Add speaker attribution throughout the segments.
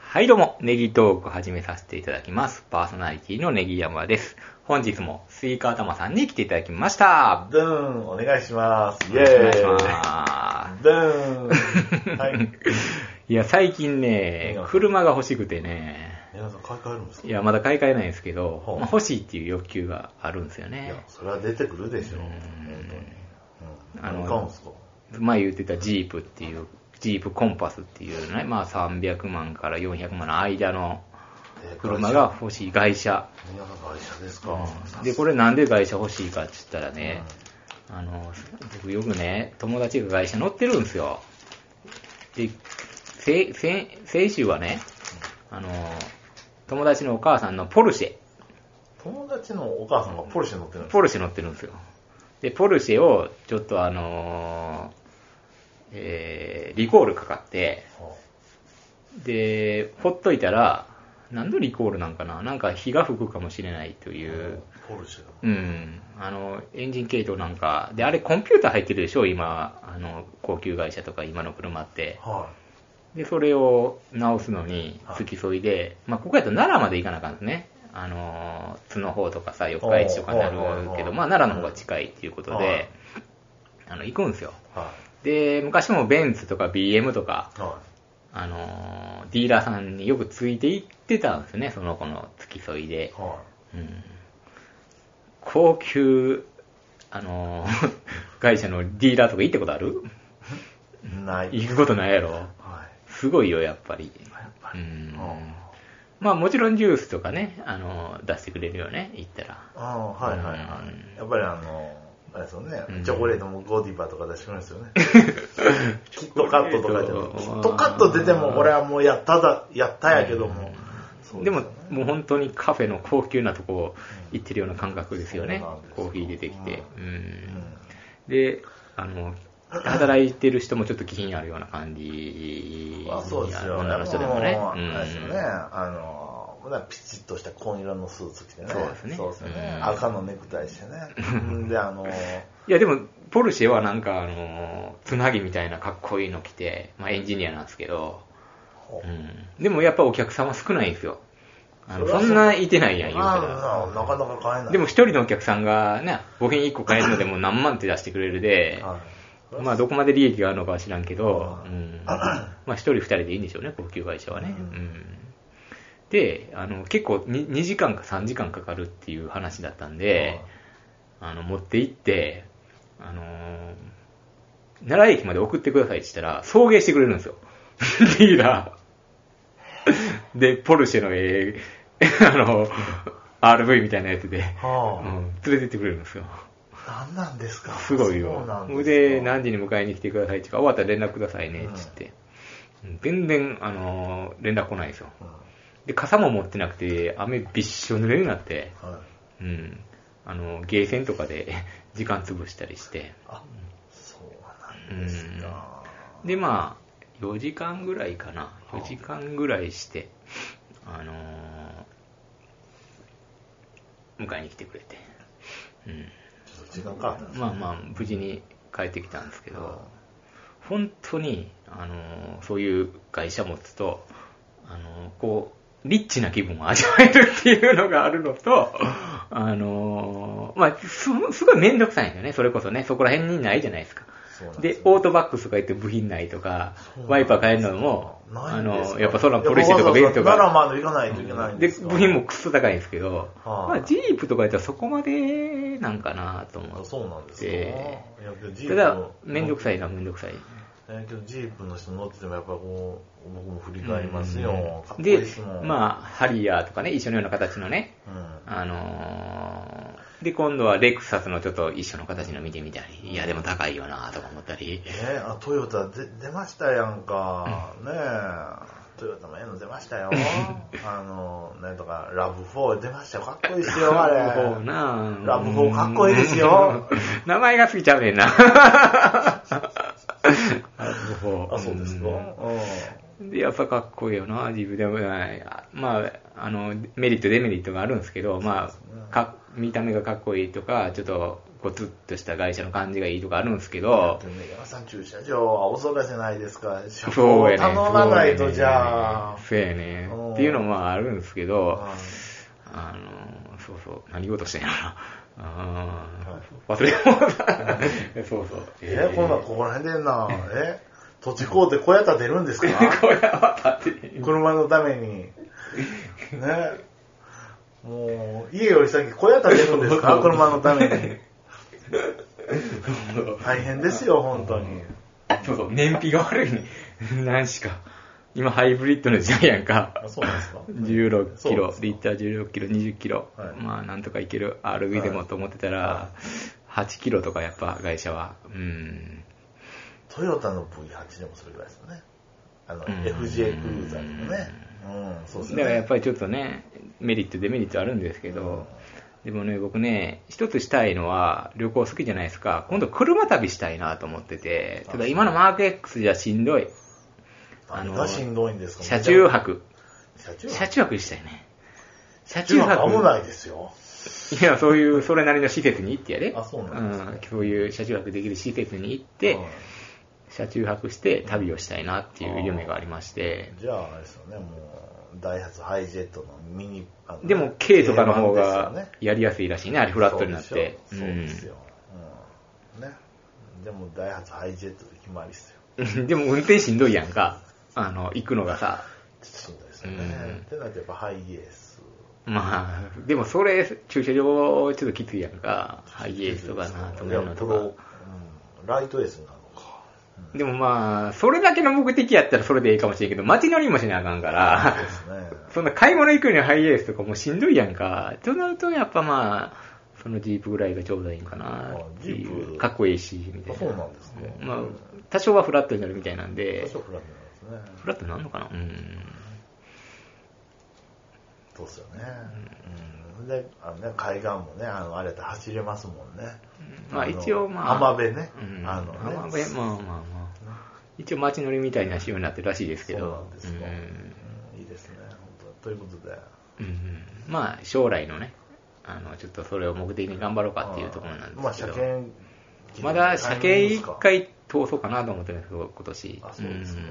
Speaker 1: はいどうも、ネギトーク始めさせていただきます。パーソナリティのネギ山です。本日もスイカ頭さんに来ていただきました。
Speaker 2: ドゥーン、お願いします。イェーイ。
Speaker 1: お願いしま
Speaker 2: ドゥーン。はい。
Speaker 1: す。いや、最近ね、車が欲しくてね、
Speaker 2: 皆さん買い替えるんですか
Speaker 1: いや、まだ買い替えないんですけど、
Speaker 2: ほう
Speaker 1: まあ欲しいっていう欲求があるんですよ
Speaker 2: いや
Speaker 1: ね、。
Speaker 2: それは出てくるでしょ。
Speaker 1: うん
Speaker 2: 本当に。うん。
Speaker 1: あの
Speaker 2: 何買うんですか
Speaker 1: 前言ってたジープっていう、ジープコンパスっていうね、まあ300万から400万の間の
Speaker 2: えー
Speaker 1: 車が。欲しい、外車。
Speaker 2: 皆さん会社ですか
Speaker 1: で、これなんで外車欲しいかって言ったらね、あの、僕よくね、友達が外車乗ってるんですよ。で、せ、せ、先週はね、あの、友達のお母さんのポルシェ。
Speaker 2: 友達のお母さんがポルシェ乗ってるんですか
Speaker 1: ポルシェ乗ってるんですよ。で、ポルシェを、ちょっとあのーえー、リコールかかって、
Speaker 2: は
Speaker 1: で、ほっといたら、何のリコールなんかななんか火が吹くかもしれないと
Speaker 2: あ
Speaker 1: いう、
Speaker 2: ポルシェだ。
Speaker 1: うん、あの、エンジン系統なんか、で、あれコンピューター入ってるでしょ今、あの、高級会社とか今の車って。
Speaker 2: は
Speaker 1: で、それを直すのに付き添いで、まあ、ここやと奈良まで行かなあかんですね。あのー、津の方とかさ、四日市とかになる
Speaker 2: はいはいはい
Speaker 1: け
Speaker 2: は
Speaker 1: ど、
Speaker 2: い
Speaker 1: まあ、奈良の方が近いっていうこと
Speaker 2: は
Speaker 1: で
Speaker 2: い、
Speaker 1: あの、行くんですよ。
Speaker 2: い。は
Speaker 1: で、昔もベンツとか BM とか、
Speaker 2: い。は
Speaker 1: あのー、ディーラーさんによくついて行ってたんですよね、その子の付き添いで
Speaker 2: い。。は
Speaker 1: うん高級、あの ー会社のディーラーとか行ったことある
Speaker 2: い。ない。
Speaker 1: 行くことないやろ。
Speaker 2: は
Speaker 1: すごいよ、やっぱり。
Speaker 2: い。やっぱ
Speaker 1: う
Speaker 2: り。
Speaker 1: ん
Speaker 2: うん
Speaker 1: まあもちろんジュースとかね、あのー出してくれるよね、行ったら。
Speaker 2: ああ、はいはいは
Speaker 1: うん
Speaker 2: い。やっぱりあの、あれですよね
Speaker 1: うん、
Speaker 2: チョコレートもゴディバとか出してくれるんで すよね。キットカットとかじゃ
Speaker 1: チ
Speaker 2: な
Speaker 1: ョコレート
Speaker 2: い。キットカット出ても、これはもうやっただ、やったやけども。そう
Speaker 1: ですも
Speaker 2: よね、
Speaker 1: もう本当にカフェの高級なとこ行ってるような感覚ですよね
Speaker 2: そうなんです。よ
Speaker 1: コーヒー出てきて。う
Speaker 2: うんん
Speaker 1: で、あの、働いてる人もちょっと気品あるような感じ。
Speaker 2: まあそうですよ。
Speaker 1: 女の人でも
Speaker 2: や
Speaker 1: ね
Speaker 2: っ。ぱ
Speaker 1: う
Speaker 2: もうあれですよね。
Speaker 1: ん
Speaker 2: あの、まだピチッとした紺色のスーツ着てね。
Speaker 1: そうですね
Speaker 2: そうですよね
Speaker 1: う。ん
Speaker 2: 赤のネクタイして ね。で、あの、
Speaker 1: いやでも、ポルシェはなんか、あの、つなぎみたいなかっこいいの着て、まあエンジニアなんですけど、うん。でもやっぱお客様少ないんですよ。あの
Speaker 2: そり
Speaker 1: そ
Speaker 2: ゃそうん
Speaker 1: ないてないやん、言うたら。
Speaker 2: ああなかなか買えない。
Speaker 1: でも一人のお客さんがね、部品一個買えるのでも何万って出してくれるで、
Speaker 2: はい、
Speaker 1: まあどこまで利益があるのかは知らんけど、
Speaker 2: う
Speaker 1: うんん、まあ一人二人でいいんでしょうね、高級会社はね。
Speaker 2: う
Speaker 1: うんん、で、あの、結構に 2, 時間か3時間かかるっていう話だったんで、あの、持って行って、あのー奈良駅まで送ってくださいって言ったら、送迎してくれるんですよ。 ディーラー。で、ポルシェの、えー あの、RV みたいなやつで、
Speaker 2: は
Speaker 1: う
Speaker 2: あ
Speaker 1: ん、連れてってくれるんですよ。
Speaker 2: なんなんですか
Speaker 1: すごい
Speaker 2: そう
Speaker 1: よ。
Speaker 2: な
Speaker 1: そ
Speaker 2: ん
Speaker 1: れ
Speaker 2: です
Speaker 1: で、
Speaker 2: か
Speaker 1: 何時に迎えに来てくださいとか、終わったら連絡くださいね、っつって。全然、あのー連絡来ないんですよ。で、傘も持ってなくて、雨びっしょ濡れになって、
Speaker 2: うんはい
Speaker 1: うん。あの、ゲーセンとかで 時間潰したりして。
Speaker 2: あ、そうなんですか。
Speaker 1: で、まあ、4時間ぐらいかな。4時間ぐらいして、あのー迎えに来てくれて。う
Speaker 2: ちょっと時間かかったんで
Speaker 1: ん。
Speaker 2: す
Speaker 1: まあまあ、無事に帰ってきたんですけ
Speaker 2: け
Speaker 1: ど、本当に、あのーそういう会社持つと、あのーこう、リッチな気分を味わえるっていうのがあるのと、あのーまあ、すすごいめんどくさいんですよね、それこそね、そこら辺にないじゃないですか。で、オートバックスとか言って部品ないとか、ワイパー変えるのも、あのーやっぱそんなポリシェとかベンツと
Speaker 2: 奈良
Speaker 1: か、
Speaker 2: まで行かないといけないん
Speaker 1: で、
Speaker 2: ですか
Speaker 1: 部品もクソ高いんですけど、
Speaker 2: はあ
Speaker 1: まあ、ジープとかやったらそこまでなんかなと思
Speaker 2: あ
Speaker 1: って、
Speaker 2: そうなんですか。い
Speaker 1: で
Speaker 2: やけどジ
Speaker 1: た
Speaker 2: ープ
Speaker 1: だ、めんどく
Speaker 2: さ
Speaker 1: さいのはめんどくさい。
Speaker 2: いや。けどジープの人乗っててもやっぱこう、僕も振り返りますよ。かっこいい
Speaker 1: で
Speaker 2: ですも、ん。あ、
Speaker 1: まあ、ハリアーとかね、一緒のような形のね、あのーで、今度はレクサスのちょっと一緒の形の見てみたり、いや、でも高いよなとか思ったり、
Speaker 2: ねあ、トヨタで出ましたやんか。ねえ。トヨタもええの出ました よ。あの、なんとか、ラブ4出ましたよ。かっこいいですよ、あれ。
Speaker 1: ラブホーなぁ
Speaker 2: ラブホーかっこいいですよ。
Speaker 1: うん 名前が過ぎちゃうねんな。ラブホー
Speaker 2: あ、そうですか。う
Speaker 1: うんで、やっぱかっこいいよな自分でも、まあ、あの、メリット、デメリットがあるんですけど、まあ、か見た目がかっこいいとか、ちょっとごつっとした会社の感じがいいとかあるんですけ
Speaker 2: だ
Speaker 1: ど
Speaker 2: って、ね、山さん駐車場は恐らじゃないですか。車
Speaker 1: そ
Speaker 2: 庫
Speaker 1: うやね
Speaker 2: 頼まないとじゃあ。
Speaker 1: そうやね
Speaker 2: うん。
Speaker 1: っていうのもまああるんですけど、
Speaker 2: う
Speaker 1: あの、そうそう、何事してんやろな。あー忘れ 物そうそう。
Speaker 2: んえ、今度はここら辺でんな。え、土地買うて小屋建てるんですか
Speaker 1: これはだって
Speaker 2: 車のために。ね。もう、家より先小屋建てるんです か車のために。大変ですよ、本当に。
Speaker 1: そうそう、燃費が悪いね。何しか。今、ハイブリッドの時代やんか。
Speaker 2: あそうなんですか
Speaker 1: 16キ
Speaker 2: そうなん
Speaker 1: ロ
Speaker 2: で、すか
Speaker 1: リッター16キロ、20キロ。
Speaker 2: はい
Speaker 1: まあ、なんとかいける。RV でもと思ってたら、8キロとかやっぱ、会社は。うん。
Speaker 2: トヨタの V8 でもそれぐらいですよね。あの、
Speaker 1: うん
Speaker 2: FJ クルーザーでもね。うん、そうです
Speaker 1: だ
Speaker 2: ね。
Speaker 1: からやっぱりちょっとね、メリット、デメリットあるんですけど、でもね、僕ね、一つしたいのは、旅行好きじゃないですか。今度、車旅したいなと思ってて、ただ今のマーク X じゃしんどい。あ
Speaker 2: 何
Speaker 1: の
Speaker 2: がしんどいんですか
Speaker 1: 車中。泊。
Speaker 2: 車中
Speaker 1: 車
Speaker 2: 泊
Speaker 1: 中泊したいね。車
Speaker 2: 車中
Speaker 1: 中泊。
Speaker 2: 泊危ないですよ。
Speaker 1: いや、そういう、それなりの施設に行ってやれ。
Speaker 2: あそうなんですか
Speaker 1: うんそういう車中泊できる施設に行って、
Speaker 2: はい
Speaker 1: 車中泊して旅をしたいなっていう夢がありまして。
Speaker 2: じゃあ、あれですよね、もう、ダイハツハイジェットのミニ、あの
Speaker 1: でも、K とかの方
Speaker 2: 軽ワ
Speaker 1: が
Speaker 2: ンですよね
Speaker 1: やりやすいらしいね、あれフラットになって。
Speaker 2: そうでしょそうですよ。うん。ね。でも、ダイハツハイジェットで決まりです
Speaker 1: う
Speaker 2: よ。
Speaker 1: んでも、運転しんどいやんか。あの、行くのがさ。
Speaker 2: しんどいですよ
Speaker 1: うん
Speaker 2: ね。ってなるとやっぱハイエース。
Speaker 1: まあ、でもそれ、駐車場ちょっときついやんか。ハイエースとかな、止めるのと
Speaker 2: いやプロ
Speaker 1: か。
Speaker 2: うんライトエースになるのか。
Speaker 1: でもまあ、それだけの目的やったらそれでいいかもしれんけど、街乗りもしなあかんから。
Speaker 2: そうですね。
Speaker 1: そんな買い物行くにはハイエースとかもうしんどいやんか。となると、やっぱまあ、そのジープぐらいがちょうどいいんかなって
Speaker 2: あジー
Speaker 1: いう。
Speaker 2: プ
Speaker 1: かっこいいし、みたいな。
Speaker 2: そうなんですね
Speaker 1: まあ、多少はフラットになるみたいなんで
Speaker 2: 多、少フラットなんですね。
Speaker 1: フラットになるのかなうん。
Speaker 2: そうですよね。うん。で、あのね、海岸もね、あの、あれやって走れますもんね。
Speaker 1: まあ
Speaker 2: の
Speaker 1: 一応まあ。
Speaker 2: 浜辺ね。
Speaker 1: うん。
Speaker 2: あのね。
Speaker 1: 浜辺、まあまあまあ。一応街乗りみたいな仕様になってるらしいですけど。
Speaker 2: そうなんですか。
Speaker 1: うん
Speaker 2: うんいいですね、本当ということで。
Speaker 1: うん。まあ、将来のね、あの、ちょっとそれを目的に頑張ろうかっていうところなんですけど。
Speaker 2: まあ、車検。
Speaker 1: まだ車検一。回通そうかなと思ってるんですけど、今年。
Speaker 2: あ、そうですか。
Speaker 1: うん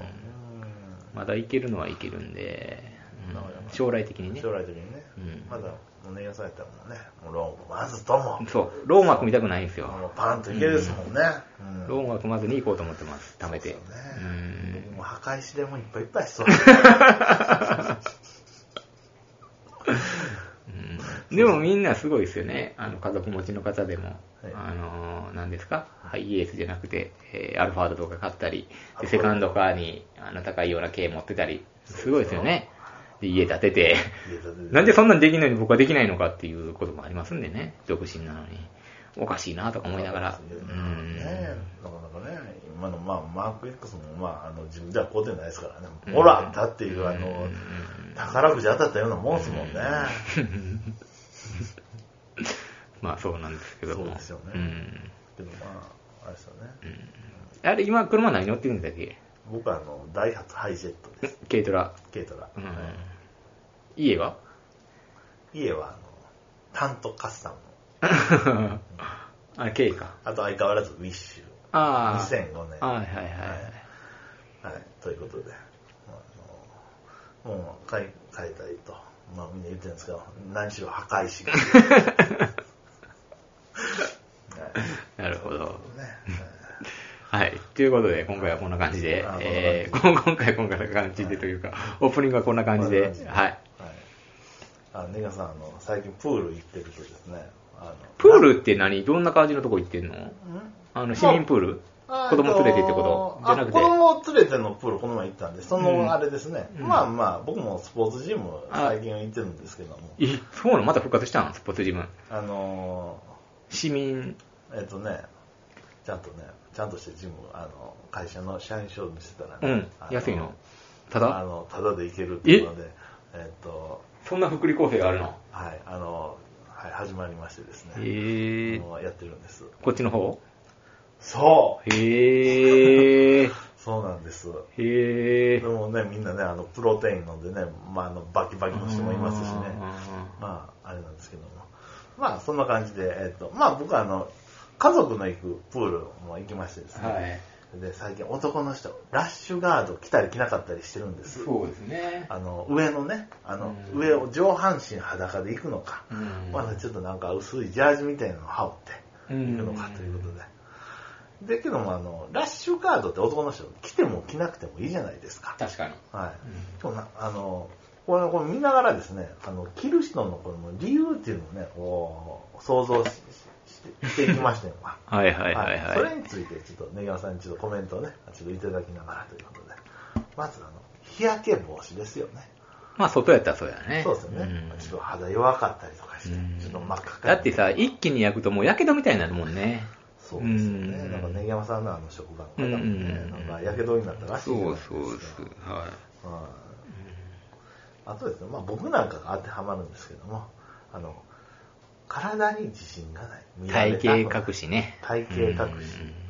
Speaker 1: まだいけるのはいけるんで、うん
Speaker 2: なるほど
Speaker 1: 将来的
Speaker 2: う
Speaker 1: に
Speaker 2: ん
Speaker 1: ね。
Speaker 2: 将来的にね
Speaker 1: うん。
Speaker 2: まだ、お願いされたらもうね、もうローンもまずとも、
Speaker 1: そう、ローンは組みたくないんですよ。
Speaker 2: もうパンといけるですもんね。うん
Speaker 1: ローンは組まずに行こうと思ってます、貯めて。
Speaker 2: そうです
Speaker 1: う
Speaker 2: よね
Speaker 1: ん
Speaker 2: 僕も墓石でもういっぱいいっぱい しそう。
Speaker 1: うんでもみんなすごいですよね、あの家族持ちの方でも、
Speaker 2: はい
Speaker 1: あの何ですか、ハイエースじゃなくて、えーアルファードとか買ったり
Speaker 2: ア、
Speaker 1: で
Speaker 2: ルファード
Speaker 1: セカンドカーにあの高いような軽持ってたり、すごいですよね、で家建てて、
Speaker 2: 家建てて
Speaker 1: なんでそんなんできないのに僕はできないのかっていうこともありますんでね、独身なのに、おかしいなとか思いながら、
Speaker 2: ね
Speaker 1: うん
Speaker 2: なかなかね、今の、まあ、マーク X も、まあ、あの自分ではこうではないですからね、ほら、あったっていう、あの、宝くじ当たったようなもんですもんね。
Speaker 1: まあそうなんですけども。
Speaker 2: そうですよね
Speaker 1: うん
Speaker 2: けど、まあ、あれですよね。
Speaker 1: あれ、今、車何乗ってるんだっけ
Speaker 2: 僕は、あの、ダイハツハイジェットです、
Speaker 1: 軽トラ。
Speaker 2: 軽トラ
Speaker 1: う。ん家は
Speaker 2: 家は、あの、タントカスタムの、
Speaker 1: あ、軽か。
Speaker 2: あと相変わらずウィッシュ。
Speaker 1: ああ。
Speaker 2: 2005年。
Speaker 1: あはい
Speaker 2: は
Speaker 1: はいはい。
Speaker 2: い、ということで、あのもう、買い、買いたいと、まあ、みんな言ってるんですけど、何しろ破壊し が。はい
Speaker 1: なるほど。
Speaker 2: ね、
Speaker 1: はい。ということで、今回はこんな感じで
Speaker 2: あ、
Speaker 1: えー、こん今回はこんな感じでというか、オープニングはこんな感じで、はい。
Speaker 2: はい。あ、ネガさん、あの、最近プール行ってるとですね、あの、
Speaker 1: プールって何どんな感じのとこ行ってんの
Speaker 2: ん
Speaker 1: あの、市民プール子供連れてってことじ
Speaker 2: あ
Speaker 1: ゃなくて
Speaker 2: 子。供連れてのプールこの前行ったんで、そ
Speaker 1: うん
Speaker 2: のあれですね、まあまあ、僕もスポーツジム最近行ってるんですけども、
Speaker 1: え、そうなのまた復活したんスポーツジム。
Speaker 2: あの
Speaker 1: 市民、
Speaker 2: ー、えっ、とね、ちゃんとね、ちゃんとしてジム、あの、会社の社員証見せたら
Speaker 1: う
Speaker 2: ね、
Speaker 1: ん
Speaker 2: あ、
Speaker 1: 安いの。た
Speaker 2: あ
Speaker 1: だ、
Speaker 2: の、ただで行けるっていうので、えっ、と、
Speaker 1: そんな福利厚生があるの
Speaker 2: はい、あの、はい、始まりましてですね。
Speaker 1: へえ
Speaker 2: あ。のやってるんです。
Speaker 1: こっちの方
Speaker 2: そ
Speaker 1: へえ。
Speaker 2: うそうなんです。
Speaker 1: へ
Speaker 2: で
Speaker 1: え。
Speaker 2: もね、みんなね、あの、プロテイン飲んでね、まあ、あの、バキバキの人もいますしね。
Speaker 1: あ
Speaker 2: まあ、あれなんですけども。まあ、そんな感じで、えっ、と、まあ、僕はあの、家族の行くプールも行きましてですね、
Speaker 1: はい。
Speaker 2: で最近男の人ラッシュガード着たり着なかったりしてるんです
Speaker 1: そうですね。
Speaker 2: あの上のねあの、
Speaker 1: うん
Speaker 2: 上を上半身裸で行くのか、
Speaker 1: うん
Speaker 2: まだちょっとなんか薄いジャージみたいなのを羽
Speaker 1: う
Speaker 2: 織って
Speaker 1: ん
Speaker 2: 行くのかということで、でけどもあのラッシュガードって男の人着ても着なくてもいいじゃないですか、
Speaker 1: 確かに。
Speaker 2: はい
Speaker 1: うん
Speaker 2: でもなあのこれこれ見ながらですねあの着る人のこの理由っていうのをねこう想像しししていき ましたよ
Speaker 1: はいはいはい
Speaker 2: そ
Speaker 1: は
Speaker 2: れ
Speaker 1: い。
Speaker 2: についてちょっと根際さんにちょっとコメントをねちょっといただきながらということでまずあの日焼け防止ですよね
Speaker 1: まあ、外やったらそうやね。
Speaker 2: そうですよね、
Speaker 1: ん
Speaker 2: ちょっと肌弱かったりとかして、
Speaker 1: うん
Speaker 2: ちょっと真っ赤か
Speaker 1: だってさ、一気に焼くともう火傷みたいになるもんね。
Speaker 2: そうですよね、
Speaker 1: うん
Speaker 2: なんか根山さんのあの職場の方もね、
Speaker 1: うん
Speaker 2: なんかやけどになったらしい
Speaker 1: そ
Speaker 2: じゃないうですか
Speaker 1: そうです。は
Speaker 2: うんあとですね、まあ、僕なんかが当てはまるんですけどもあの体に自信がない見
Speaker 1: い。
Speaker 2: られたく
Speaker 1: 体
Speaker 2: ない
Speaker 1: 型隠しね。
Speaker 2: 体型隠し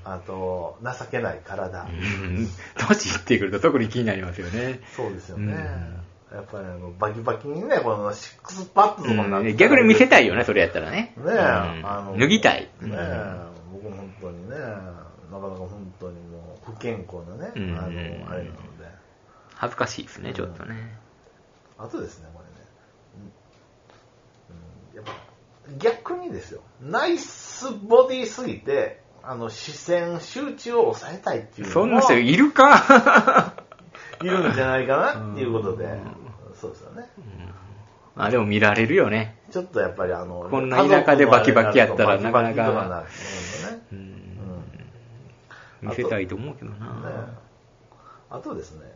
Speaker 1: うん
Speaker 2: あと情けない体、
Speaker 1: うん年いってくると特に気になりますよね。
Speaker 2: そうですよね、
Speaker 1: うん
Speaker 2: やっぱりあのバキバキにねこのシックスパッドとかになって、
Speaker 1: 逆に見せたいよね、それやったらね。
Speaker 2: ねえ、
Speaker 1: うん
Speaker 2: あの、
Speaker 1: 脱ぎたい。
Speaker 2: ねえ、僕も本当にね、なかなか本当にもう不健康なね、
Speaker 1: うん
Speaker 2: あの、あれなので。
Speaker 1: 恥ずかしいですね、ちょっとね。
Speaker 2: あとですね、これね、うんうん、やっぱ逆にですよ、ナイスボディすぎて、あの、視線、集中を抑えたいっていう
Speaker 1: そん
Speaker 2: の
Speaker 1: な
Speaker 2: も
Speaker 1: 人
Speaker 2: い
Speaker 1: いるか
Speaker 2: るんじゃないかなっていうことで、
Speaker 1: うん
Speaker 2: そうですよね。
Speaker 1: まあでも見られるよね。
Speaker 2: ちょっとやっぱりあの、
Speaker 1: こんな田舎でバキバキやったら
Speaker 2: 家族のあれになると
Speaker 1: なかなか
Speaker 2: バキバキとかなるんでね。
Speaker 1: うん
Speaker 2: うん
Speaker 1: 見せたいと思うけど
Speaker 2: ね
Speaker 1: な。
Speaker 2: あとですね、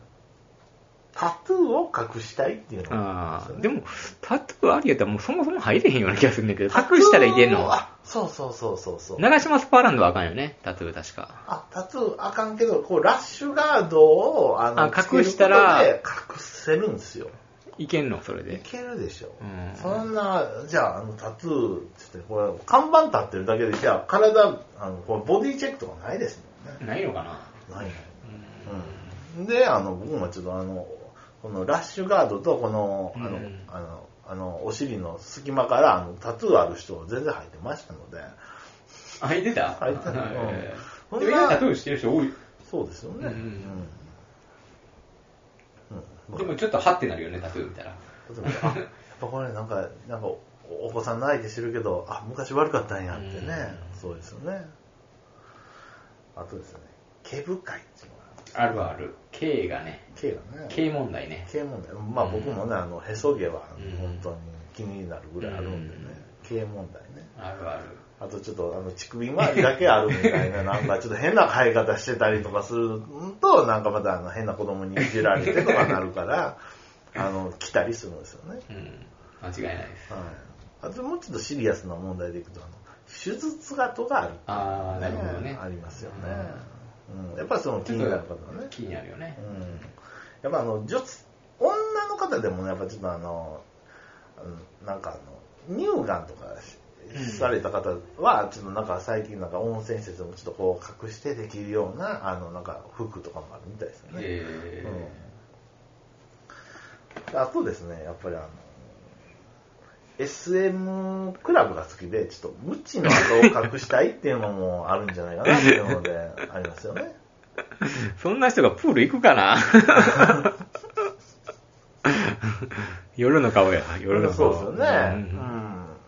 Speaker 2: タトゥーを隠したいっていうの
Speaker 1: あ
Speaker 2: る
Speaker 1: あ
Speaker 2: ん
Speaker 1: です
Speaker 2: よね
Speaker 1: も、タトゥーありやったらもうそもそも入れへんような気がするんだけど、隠したらいけんの。
Speaker 2: あそうそうそうそうそう。
Speaker 1: 長島スパーランドはあかんよね、タトゥー確か。
Speaker 2: あ、タトゥーあかんけど、こう、ラッシュガードを、あの、
Speaker 1: あ
Speaker 2: つける
Speaker 1: 隠したら
Speaker 2: ことで隠せるんですよ。
Speaker 1: いけんの、それ
Speaker 2: い
Speaker 1: で。
Speaker 2: けるでしょ。
Speaker 1: うん
Speaker 2: そんな、じゃあ、あの、タトゥーっつって、これ、看板立ってるだけで、じゃあ、体、あの、これボディチェックとかないですもんね。
Speaker 1: ないのかな
Speaker 2: ないない。うんであの僕もちょっとあのこのラッシュガードとこのあの,、
Speaker 1: うん
Speaker 2: あのあのお尻の隙間からあのタトゥーある人を全然入ってましたので
Speaker 1: 入ってた
Speaker 2: 入ってたうん
Speaker 1: え
Speaker 2: ほ
Speaker 1: ー
Speaker 2: ん
Speaker 1: で
Speaker 2: な
Speaker 1: も今タトゥーしてる人多い。
Speaker 2: そうですよね
Speaker 1: うん
Speaker 2: うんうん
Speaker 1: でもちょっとハってなるよね、タトゥー見たら。
Speaker 2: 例えばあやっぱこれなんかなんかおお子さんの相手してるけどあ昔悪かったんやってね、そうですよねあとですね毛深いっていうのが
Speaker 1: あるある。K がね、
Speaker 2: 毛がね
Speaker 1: K 問題ね。
Speaker 2: 毛もね、まあ僕もね、あのへそ毛は
Speaker 1: うん
Speaker 2: 本当に気になるぐらいあるんでね、毛問題ね。
Speaker 1: あるある。
Speaker 2: あとちょっとあの乳首周りだけあるみたい な、なんかちょっと変な生え方してたりとかすると、なんかまたあの変な子供にいじられてとかなるから、あの、来たりするんですよね。
Speaker 1: うん。間違いないです。
Speaker 2: はい。あともうちょっとシリアスな問題でいくと、あの手術痕があるっていうの
Speaker 1: あー
Speaker 2: が
Speaker 1: なるほどね
Speaker 2: ありますよね。うん、やっぱその気になる方はね。
Speaker 1: 気になるよね。
Speaker 2: うんやっぱあの女子女の方でもねやっぱちょっとあのあのなんかあの乳がんとかし
Speaker 1: うん
Speaker 2: された方はちょっとなんか最近なんか温泉施設もちょっとこう隠してできるようなあのなんか服とかもあるみたいですよね、
Speaker 1: え
Speaker 2: うん、あとですねやっぱりあの SM クラブが好きでちょっと無知の跡を隠したいっていうのもあるんじゃないかなっていうのでありますよね
Speaker 1: ーそんな人がプール行くか な夜の顔や、夜の顔。
Speaker 2: そうですよね。う
Speaker 1: うん
Speaker 2: ん。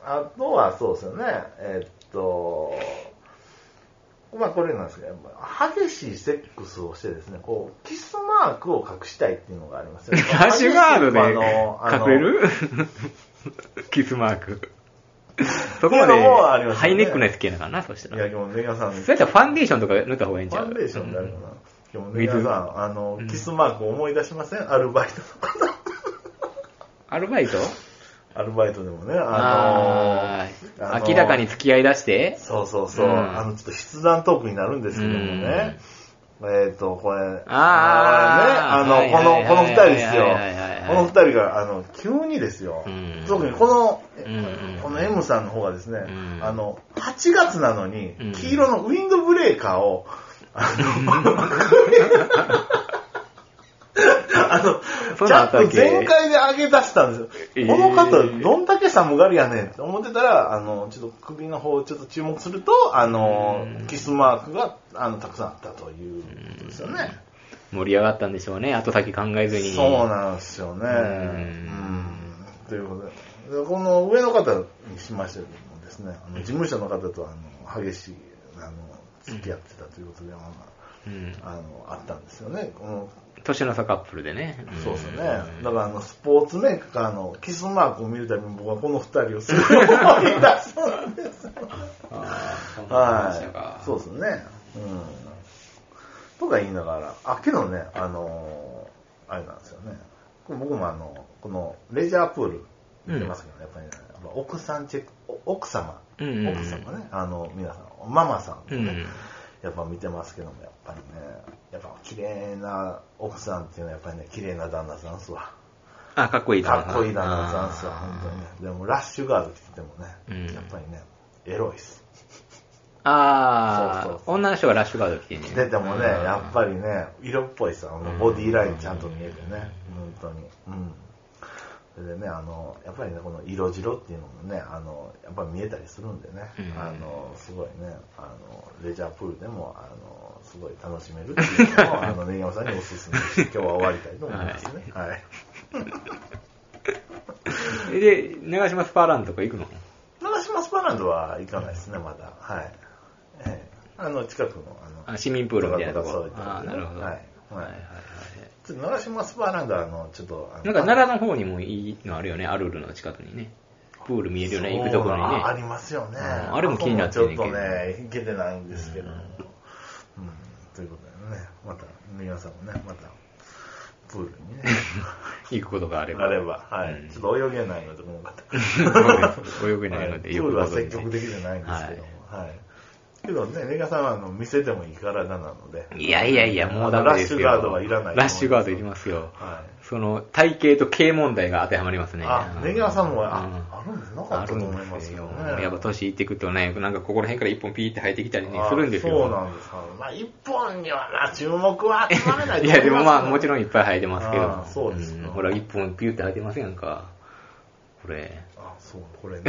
Speaker 2: あとはそうですよね。えっと、まあこれなんですけど、激しいセックスをしてですね、こう、キスマークを隠したいっていうのがあります よね。
Speaker 1: ラッシュガードで
Speaker 2: 激しいあのあの
Speaker 1: 隠れる キスマーク。そこま
Speaker 2: っていうのもあり
Speaker 1: で
Speaker 2: ます
Speaker 1: ハイ
Speaker 2: よね
Speaker 1: ネックなやつ系だからな、そし
Speaker 2: い
Speaker 1: た
Speaker 2: や、
Speaker 1: ら。
Speaker 2: でも、ネガさん、フ
Speaker 1: そうやったらファンデーションとか塗った方がいいんちゃう
Speaker 2: ァンデーションであるかな。でも、ネ
Speaker 1: 水
Speaker 2: ガさん、あの、キスマーク思い出しませんアルバイトの方。
Speaker 1: アルバイト
Speaker 2: アルバイトでもね、
Speaker 1: あ
Speaker 2: あの
Speaker 1: あー、明らかに付き合い出して
Speaker 2: の、そうそうそう、
Speaker 1: うん
Speaker 2: あの、ちょっと筆談トークになるんですけどもね。えっ、と、これ、
Speaker 1: あー
Speaker 2: のね、あの、こ
Speaker 1: はい
Speaker 2: の、こ
Speaker 1: は
Speaker 2: の
Speaker 1: い
Speaker 2: 二
Speaker 1: は
Speaker 2: 人
Speaker 1: い
Speaker 2: ですよ
Speaker 1: はいはいはいはい。
Speaker 2: この二人が、あの、急にですよ
Speaker 1: うん。
Speaker 2: 特にこの
Speaker 1: うん、
Speaker 2: この M さんの方がですね
Speaker 1: ん、
Speaker 2: あの、8月なのに
Speaker 1: うん、
Speaker 2: 黄色のウィンドブレーカーを、あの、 あ
Speaker 1: そ
Speaker 2: の、
Speaker 1: う
Speaker 2: ち
Speaker 1: な
Speaker 2: ゃ
Speaker 1: ん
Speaker 2: ん
Speaker 1: だっ
Speaker 2: と
Speaker 1: け
Speaker 2: 全開で上げ出したんです
Speaker 1: えー
Speaker 2: よ。この方、どんだけ寒がりやねんって思ってたら、あの、ちょっと首の方をちょっと注目すると、あの
Speaker 1: うん、
Speaker 2: キスマークが、あの、たくさんあったということですよね。
Speaker 1: 盛り上がったんでしょうね。後先考えずに。
Speaker 2: そうなんですよね。
Speaker 1: う
Speaker 2: うんん。ということで、でこの上の方にしましてもですね、あの事務所の方とあの激しい、あの、付き合ってたということで、ま
Speaker 1: うん
Speaker 2: ああの、あったんですよね。この
Speaker 1: 年の差カップルでね。ん
Speaker 2: そうですよね。だからあの、スポーツメーカーのキスマークを見るたびに僕はこの二人をすごい思い出すんです。
Speaker 1: あーそうなんでした
Speaker 2: は
Speaker 1: か
Speaker 2: い。そうですね。うん。とか言いながら、あ、けどね、あのーあれなんですよね。僕もあの、このレジャープール行ってますけどね、やっぱりね、やっぱ奥さんチェック、お奥様、
Speaker 1: うんうんうん
Speaker 2: 奥様ね、あの、皆さん、ママさん
Speaker 1: う
Speaker 2: ね、
Speaker 1: ん。
Speaker 2: やっぱ見てますけども、やっぱりね、やっぱ綺麗な奥さんっていうのはやっぱりね、綺麗な旦那さんっすわ。
Speaker 1: あ、かっこいい
Speaker 2: かっこいい旦那さんっすわ、
Speaker 1: あー
Speaker 2: 本当にね。でも、ラッシュガード着ててもね、
Speaker 1: うん
Speaker 2: やっぱりね、エロいっす。
Speaker 1: ああ
Speaker 2: そうそうそう
Speaker 1: 女の人がラッシュガード着てんね。
Speaker 2: 着ててもね、
Speaker 1: うん
Speaker 2: やっぱりね、色っぽいさ、あのボディラインちゃんと見えてね、本当に。うん。それでね、あの、やっぱりね、この色白っていうのもね、あの、やっぱり見えたりするんでね、
Speaker 1: うん
Speaker 2: あの、すごいね、あの、レジャープールでも、あの、すごい楽しめるって いうのを、あの、根山さんにおすすめして、今日は終わりたいと思いますね。はい。
Speaker 1: えで、長島スパーランドとか行くの
Speaker 2: 長島スパランドは行かないですね、まだ。はい。ええあの、近くの、あの、
Speaker 1: あ市民プールみたいなと
Speaker 2: そう
Speaker 1: こ
Speaker 2: い。うとこ
Speaker 1: ああ、なるほど。
Speaker 2: はい
Speaker 1: はい
Speaker 2: はい
Speaker 1: はい
Speaker 2: ちょっと長島スパランドは、あの、ちょっと、あ
Speaker 1: は
Speaker 2: の
Speaker 1: い。なんか奈良の方にもいいのあるよね、アルルの近くにね。プール見えるよね、行くところにね。
Speaker 2: そうあありますよね。
Speaker 1: うんあれも気になってんねんけど
Speaker 2: あそこもちょっとね、行けてないんですけど。うん、ということでね、また、皆さんもね、また、プールにね、
Speaker 1: 行くことがあれば。
Speaker 2: あれば、はい、
Speaker 1: うん
Speaker 2: ちょっと泳げないので、この 方。
Speaker 1: 泳げないので、
Speaker 2: はいプールは積極
Speaker 1: で。
Speaker 2: 的じゃないんですけども、はい。けどね、レガさんはあの店でもいい体なので、
Speaker 1: いやいやいや、もうダメですよ。
Speaker 2: ラッシュガードはいらない
Speaker 1: ラッシュガードいりますよ。
Speaker 2: は
Speaker 1: その、体型と経営問題が当てはまります
Speaker 2: い。
Speaker 1: ね。
Speaker 2: あ、レガさんも、
Speaker 1: う
Speaker 2: あ、あるんですなか
Speaker 1: あ
Speaker 2: った
Speaker 1: る
Speaker 2: と思い
Speaker 1: ん
Speaker 2: ま
Speaker 1: ですす
Speaker 2: けど
Speaker 1: よ。
Speaker 2: ね。
Speaker 1: やっぱ年いってくとね、なんかここら辺から一本ピーって生えてきたりね
Speaker 2: あ、
Speaker 1: するんですよ。
Speaker 2: そうなんですか。まあ、一本にはな、注目は集まらな い
Speaker 1: いや、でもまあ、もち
Speaker 2: ろん。
Speaker 1: ろんいっぱい生えてますけど
Speaker 2: あ。ーそうですか
Speaker 1: んほら、一本ピューって生えてませんか。これ。
Speaker 2: あ、そう、これね。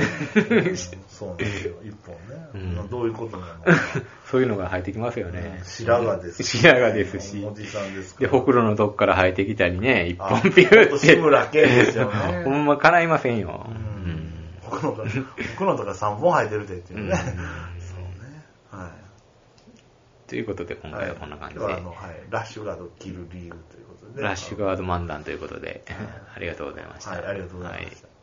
Speaker 2: うんそうなんですよ。一
Speaker 1: う
Speaker 2: 本ね。
Speaker 1: ん
Speaker 2: まあどういうことなのか。
Speaker 1: そういうのが生えてきますよね。
Speaker 2: 白髪です。
Speaker 1: 白髪ですし
Speaker 2: おじさんです
Speaker 1: で、
Speaker 2: から。
Speaker 1: ほくろのとこから生えてきたりね、一
Speaker 2: あ
Speaker 1: 本ピュー
Speaker 2: ほんと
Speaker 1: っ
Speaker 2: 志
Speaker 1: て。
Speaker 2: 村けんですよ ね
Speaker 1: ほんま叶いませんよ。
Speaker 2: うんほくろが、ほくろとか3本生えてるでっていうね。そうね。はい。
Speaker 1: ということで、今回はこんな感じで
Speaker 2: はい、今日はあの、はい。ラッシュガードを切る理由ということ で。
Speaker 1: ラッシュガード漫談ということで、ありがとうございました。
Speaker 2: はい、ありがとうございました。
Speaker 1: は